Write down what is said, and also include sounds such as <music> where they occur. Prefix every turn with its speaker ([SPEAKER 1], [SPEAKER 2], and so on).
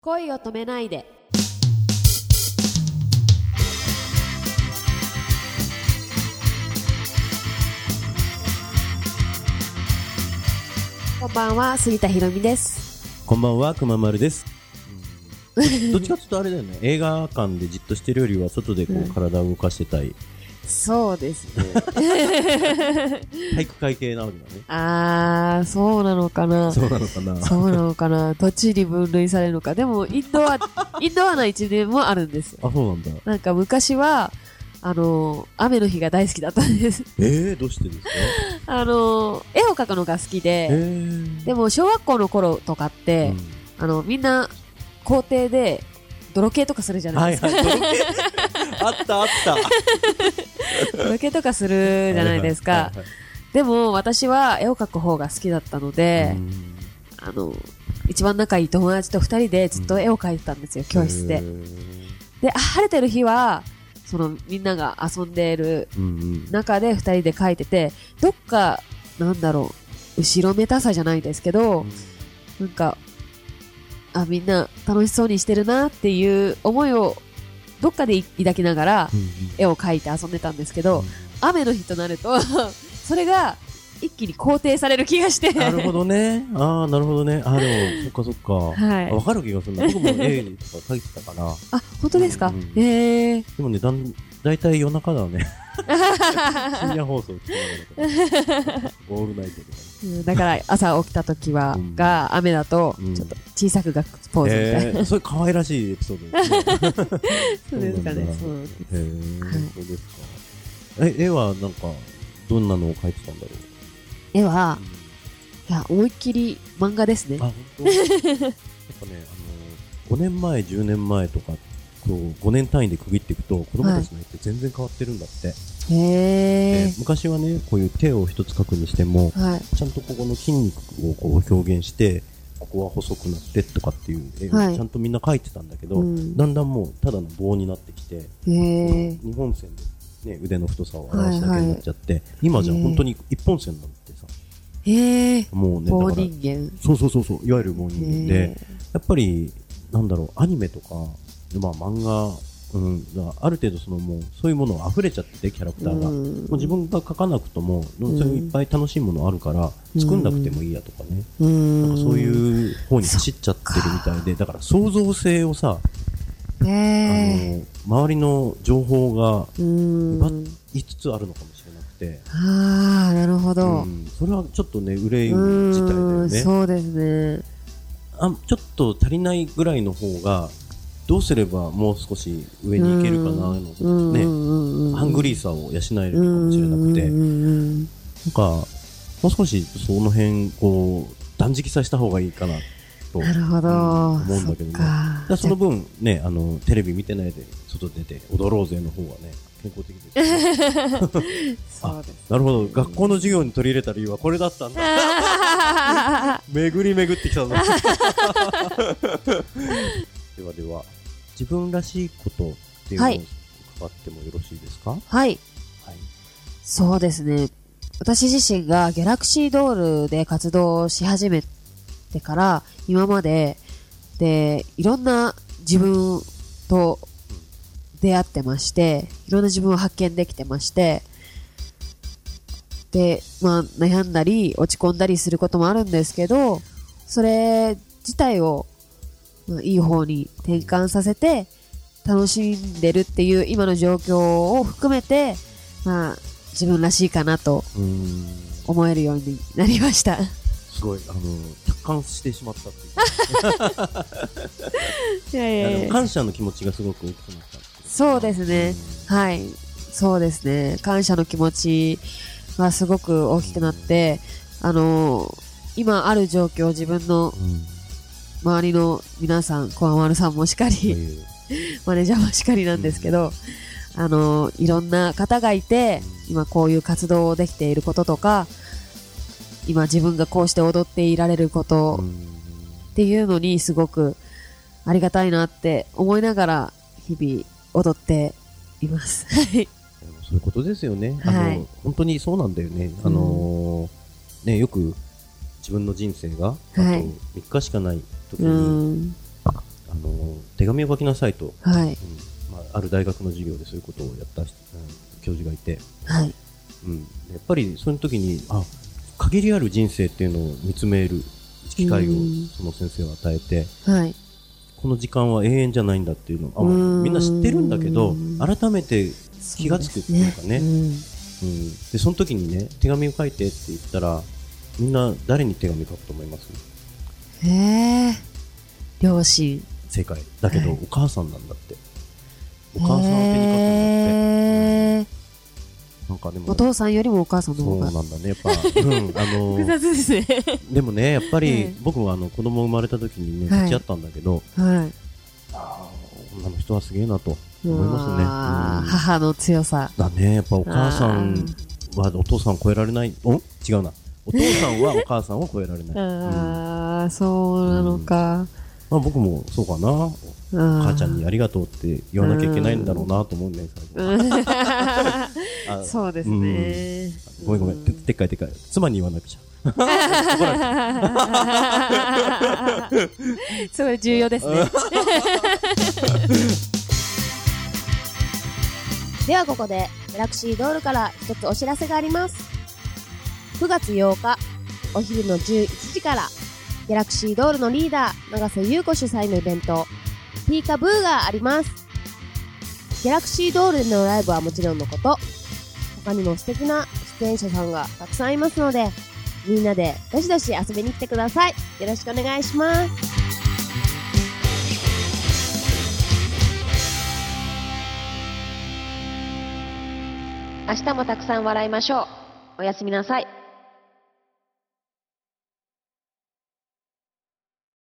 [SPEAKER 1] 恋を止めないでこんばんは杉田ひろみです
[SPEAKER 2] こんばんは、くままるです。どっちかというとあれだよね、 <laughs> 映画館でじっとしてるよりは、外でこ
[SPEAKER 1] うん
[SPEAKER 2] う体を動かしてたい、
[SPEAKER 1] そうですね
[SPEAKER 2] 体育会系なわけだね。
[SPEAKER 1] あーそうなのかな
[SPEAKER 2] そうなのかな。 <laughs>
[SPEAKER 1] そうなのかなどっちに分類されるのかでもイン <laughs> ドアインドアな一面もあるんですよ
[SPEAKER 2] あ、そうなんだ。
[SPEAKER 1] なんか昔はあの雨の日が大好きだったんです
[SPEAKER 2] えー、どうしてですか
[SPEAKER 1] あのー絵を描くのが好きで、
[SPEAKER 2] えー。
[SPEAKER 1] でも小学校の頃とかっ
[SPEAKER 2] う
[SPEAKER 1] て、
[SPEAKER 2] ん
[SPEAKER 1] あの、みんな校庭で泥系とかするじゃないで
[SPEAKER 2] はい
[SPEAKER 1] すか。
[SPEAKER 2] はい。 <laughs> あったあった。
[SPEAKER 1] <laughs> 泥系とかするじゃないです
[SPEAKER 2] は
[SPEAKER 1] か
[SPEAKER 2] い。はいはい
[SPEAKER 1] でも私は絵を描く方が好きだったので
[SPEAKER 2] う、ん
[SPEAKER 1] あの、一番仲いい友達と二人でずっと絵を描いてたんですよ、教室
[SPEAKER 2] へ
[SPEAKER 1] で。
[SPEAKER 2] ー
[SPEAKER 1] で、あ晴れてる日は、そのみんなが遊んでいる
[SPEAKER 2] うんうん。
[SPEAKER 1] 中で二人で描いてて、どっか、なんだろう、後ろめたさじゃないですけど、なんか、あ、みんな楽しそうにしてるなっていう思いをどっかで抱きながら
[SPEAKER 2] うんうん
[SPEAKER 1] 絵を描いて遊んでたんですけど、雨の日となると、 <laughs> それが一気に肯定される気がして。
[SPEAKER 2] なるほどね。ああ、なるほどね。ああ、でも、そっかそっか。
[SPEAKER 1] <laughs> はい
[SPEAKER 2] あわかる気がするな。僕も絵とか描いてたから。
[SPEAKER 1] あ、本当ですか、
[SPEAKER 2] うんうん
[SPEAKER 1] えー。 <laughs>
[SPEAKER 2] でもね、だん、大体夜中だね。深夜放送って言わ
[SPEAKER 1] <laughs>
[SPEAKER 2] れたから。オールナイトとかね。
[SPEAKER 1] うんだから朝起きた時は、
[SPEAKER 2] うん
[SPEAKER 1] が雨だと
[SPEAKER 2] うん
[SPEAKER 1] ちょっと小さくガッツポーズみたいな、
[SPEAKER 2] えー、それ可愛らしいエピソード
[SPEAKER 1] <laughs>
[SPEAKER 2] ですね。
[SPEAKER 1] そうですかね
[SPEAKER 2] そ
[SPEAKER 1] そうう
[SPEAKER 2] なん
[SPEAKER 1] で
[SPEAKER 2] だ
[SPEAKER 1] す
[SPEAKER 2] へ
[SPEAKER 1] は
[SPEAKER 2] ー、
[SPEAKER 1] い
[SPEAKER 2] そうですか。え、絵はなんか、どんなのを描いてたんだろう。
[SPEAKER 1] 絵は
[SPEAKER 2] うん
[SPEAKER 1] いや思いっきり漫画ですね
[SPEAKER 2] あ、本
[SPEAKER 1] <laughs>
[SPEAKER 2] 当やっぱね、あの、5年前、10年前とか、こう、5年単位で区切っていくと、子供たちの絵って全然変わってるんだって。
[SPEAKER 1] へ
[SPEAKER 2] で
[SPEAKER 1] え
[SPEAKER 2] 昔はね、こういう手を一つ描くにしても、
[SPEAKER 1] はい
[SPEAKER 2] ちゃんとここの筋肉をこう表現して、ここは細くなってとかっていう絵
[SPEAKER 1] はい
[SPEAKER 2] をちゃんとみんな描いてたんだけど、
[SPEAKER 1] うん
[SPEAKER 2] だんだんもうただの棒になってきて、
[SPEAKER 1] へえ
[SPEAKER 2] 日本線で、ね、腕の太さを表しただけになっちゃって、今じゃ
[SPEAKER 1] へー
[SPEAKER 2] 本当に一本線なんてさ、
[SPEAKER 1] へえ
[SPEAKER 2] もうね、
[SPEAKER 1] 棒
[SPEAKER 2] だから
[SPEAKER 1] 人間
[SPEAKER 2] そうそうそうそう、いわゆる棒人間
[SPEAKER 1] へ
[SPEAKER 2] で
[SPEAKER 1] え、
[SPEAKER 2] やっぱり、なんだろう、アニメとか、まあ漫画、うん、がある程度そのもう、そういうものを溢れちゃってて、キャラクターが。も
[SPEAKER 1] ん
[SPEAKER 2] う自分が描かなくとも、そう
[SPEAKER 1] うん
[SPEAKER 2] いういっぱい楽しいものあるから、
[SPEAKER 1] うん
[SPEAKER 2] 作んなくてもいいやとかね。
[SPEAKER 1] うん
[SPEAKER 2] なんかそういう方に走っちゃってるみたいで、だから創造性をさ、あ
[SPEAKER 1] ねえ
[SPEAKER 2] の、周りの情報が
[SPEAKER 1] うん
[SPEAKER 2] 奪いつつあるのかもしれなくて、
[SPEAKER 1] ああなるほど
[SPEAKER 2] うんそれはちょっとね、憂い事態だ
[SPEAKER 1] う
[SPEAKER 2] よ
[SPEAKER 1] ん
[SPEAKER 2] ね。
[SPEAKER 1] そうですね
[SPEAKER 2] あちょっと足りないぐらいの方がどうすればもう少し上に行けるかなの、ね
[SPEAKER 1] ね
[SPEAKER 2] ハング
[SPEAKER 1] リ
[SPEAKER 2] リーさを養えるかもしれなくてなんかもう少しその辺こう断食させた方がいいかなと
[SPEAKER 1] なるほど
[SPEAKER 2] うん思うんだけどね
[SPEAKER 1] そっか
[SPEAKER 2] だからその分ねあのテレビ見てないで外出て踊ろうぜの方がね健康的です <laughs>
[SPEAKER 1] そうです
[SPEAKER 2] なるほど学校の授業に取り入れた理由はこれだったんだ
[SPEAKER 1] あ
[SPEAKER 2] 巡り巡って <laughs> きたぞ。ではでは、自分らしいことっていうの
[SPEAKER 1] は
[SPEAKER 2] を
[SPEAKER 1] い
[SPEAKER 2] 伺ってもよろしいですかはい。
[SPEAKER 1] ーはいそうですね私自身がギャラクシードールで活動し始めてから今まででいろんな自分と出会ってましていろんな自分を発見できてましてで、まあ、悩んだり落ち込んだりすることもあるんですけどそれ自体を、まあ、いい方に転換させて楽しんでるっていう今の状況を含めて、まあ、自分らしいかなと
[SPEAKER 2] うーん、
[SPEAKER 1] 思えるようになりま <laughs> した。
[SPEAKER 2] すごい、あの、客観してしまったっていう
[SPEAKER 1] いやい
[SPEAKER 2] か。
[SPEAKER 1] や
[SPEAKER 2] いや
[SPEAKER 1] い
[SPEAKER 2] で
[SPEAKER 1] や
[SPEAKER 2] も感謝の気持ちがすごく大きくなったっていか
[SPEAKER 1] そうですね。
[SPEAKER 2] うん
[SPEAKER 1] はい、そうですね。感謝の気持ちがすごく大きくなって、あの今ある状況、自分の
[SPEAKER 2] うん
[SPEAKER 1] 周りの皆さん、こわまるさんもしか
[SPEAKER 2] と
[SPEAKER 1] り、
[SPEAKER 2] いう
[SPEAKER 1] マネージャーもしかりなんですけど、あのいろんな方がいて、今こういう活動をできていることとか、今自分がこうして踊っていられること
[SPEAKER 2] うん
[SPEAKER 1] っていうのにすごくありがたいなって思いながら日々踊っています。はい。
[SPEAKER 2] でもそういうことですよね。あの、
[SPEAKER 1] はい
[SPEAKER 2] 本当にそうなんだよね。あのーね、よく自分の人生が、あと
[SPEAKER 1] はい
[SPEAKER 2] 3日しかない時
[SPEAKER 1] う
[SPEAKER 2] に、
[SPEAKER 1] ん。
[SPEAKER 2] あのの手紙を書きなさいと、
[SPEAKER 1] はい。
[SPEAKER 2] うんまあ、ある大学の授業でそういうことをやった人、うん教授がいて、
[SPEAKER 1] はい。
[SPEAKER 2] うん、やっぱりその時にあ限りある人生っていうのを見つめる機会を
[SPEAKER 1] うん
[SPEAKER 2] その先生は与えて
[SPEAKER 1] はい。
[SPEAKER 2] この時間は永遠じゃないんだっていうのあ
[SPEAKER 1] うん
[SPEAKER 2] みんな知ってるんだけど改めて、気がつくっていう
[SPEAKER 1] そ
[SPEAKER 2] かね
[SPEAKER 1] うです
[SPEAKER 2] うん、でその時にね手紙を書いてって言ったらみんな誰に手紙書くと思います
[SPEAKER 1] うんへえ。両親。
[SPEAKER 2] 正解だけど、
[SPEAKER 1] はい
[SPEAKER 2] お母さんなんだってお母さんを手に書くんだって、
[SPEAKER 1] へー
[SPEAKER 2] なんかでも
[SPEAKER 1] お父さんよりもお母さんの
[SPEAKER 2] そ
[SPEAKER 1] 方
[SPEAKER 2] う
[SPEAKER 1] が。
[SPEAKER 2] なんだねやっぱ、うん、あの
[SPEAKER 1] <laughs> 複雑ですね。
[SPEAKER 2] でもね、やっぱり、
[SPEAKER 1] ええ
[SPEAKER 2] 僕もあの子供生まれた時にね、
[SPEAKER 1] はい
[SPEAKER 2] 立ち会ったんだけど、
[SPEAKER 1] はい。
[SPEAKER 2] ああ女の人はすげえなと思い
[SPEAKER 1] あ
[SPEAKER 2] ま
[SPEAKER 1] ー
[SPEAKER 2] すね。
[SPEAKER 1] 母の強さ。
[SPEAKER 2] うん、だね、やっぱお母さんはお父さんを超えられない、お違うな。お父さんはお母さんを超えられない。うんまあ、
[SPEAKER 1] ああ、そうなのか。
[SPEAKER 2] 僕もそうかな。
[SPEAKER 1] 母
[SPEAKER 2] 母ちゃんにありがとうって言わなきゃいけないんだろうなと思うね、最後。あ
[SPEAKER 1] そうですね。
[SPEAKER 2] ごめんごめん、てでっかいでっかい。妻に言わなくちゃ。怒られ
[SPEAKER 1] <laughs>
[SPEAKER 2] た
[SPEAKER 1] すごい重要ですね。
[SPEAKER 3] ではここでギャラクシードールから一つお知らせがあります9月8日お昼の11時からギャラクシードールのリーダー永瀬優子主催のイベントピーカブーがありますギャラクシードールでのライブはもちろんのこと他にも素敵な出演者さんがたくさんいますのでみんなでどしどし遊びに来てくださいよろしくお願いします明日もたくさん笑いましょうおやすみなさい